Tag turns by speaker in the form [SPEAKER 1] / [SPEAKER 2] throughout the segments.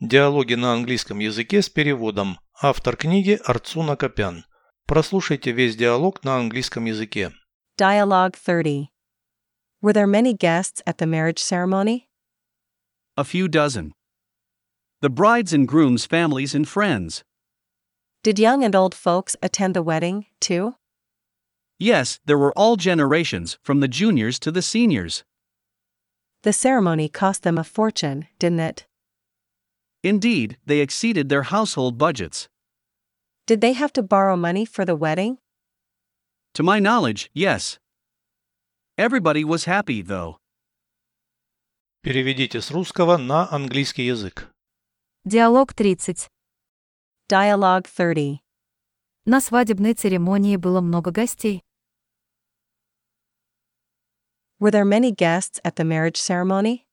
[SPEAKER 1] Диалоги на английском языке с переводом. Автор книги Арцуна Копян. Прослушайте весь диалог на английском языке.
[SPEAKER 2] Dialogue 30. Were there many guests at the marriage ceremony?
[SPEAKER 3] A few dozen. The bride's and groom's families and friends.
[SPEAKER 2] Did young and old folks attend the wedding, too?
[SPEAKER 3] Yes, there were all generations, from the juniors to the seniors.
[SPEAKER 2] The ceremony cost them a fortune, didn't it?
[SPEAKER 3] Indeed, they exceeded their household budgets.
[SPEAKER 2] Did they have to borrow money for the wedding?
[SPEAKER 3] To my knowledge, yes. Everybody was happy, though.
[SPEAKER 1] Переведите с русского на английский язык.
[SPEAKER 4] Диалог 30.
[SPEAKER 2] Dialogue 30.
[SPEAKER 4] На свадебной церемонии было много гостей.
[SPEAKER 2] Were there many guests at the marriage ceremony?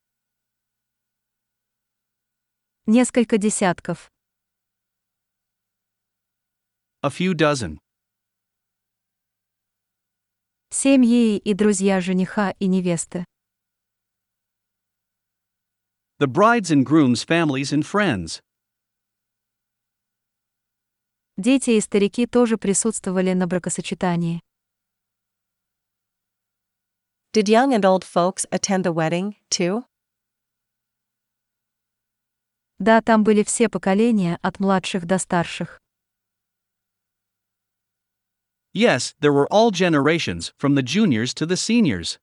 [SPEAKER 4] Несколько десятков.
[SPEAKER 3] A few dozen.
[SPEAKER 4] Семьи и друзья жениха и невесты.
[SPEAKER 3] The bride's and groom's families and friends.
[SPEAKER 4] Дети и старики тоже присутствовали на бракосочетании.
[SPEAKER 2] Did young and old folks attend the wedding, too?
[SPEAKER 4] Да, там были все поколения, от младших до старших.
[SPEAKER 3] Yes, there were all generations, from the juniors to the seniors.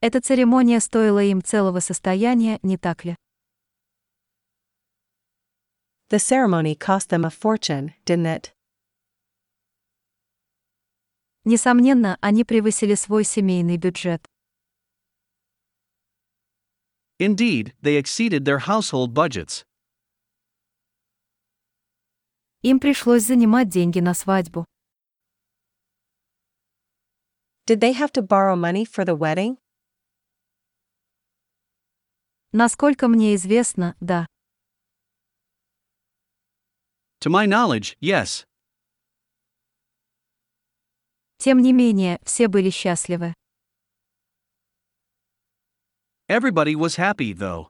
[SPEAKER 4] Эта церемония стоила им целого состояния, не так ли?
[SPEAKER 2] The ceremony cost them a fortune, didn't it?
[SPEAKER 4] Несомненно, они превысили свой семейный бюджет.
[SPEAKER 3] Indeed, they exceeded their household budgets.
[SPEAKER 4] Им пришлось занимать деньги на свадьбу.
[SPEAKER 2] Did they have to borrow money for the wedding?
[SPEAKER 4] Насколько мне известно, да.
[SPEAKER 3] To my knowledge, yes.
[SPEAKER 4] Тем не менее, все были счастливы.
[SPEAKER 3] Everybody was happy, though.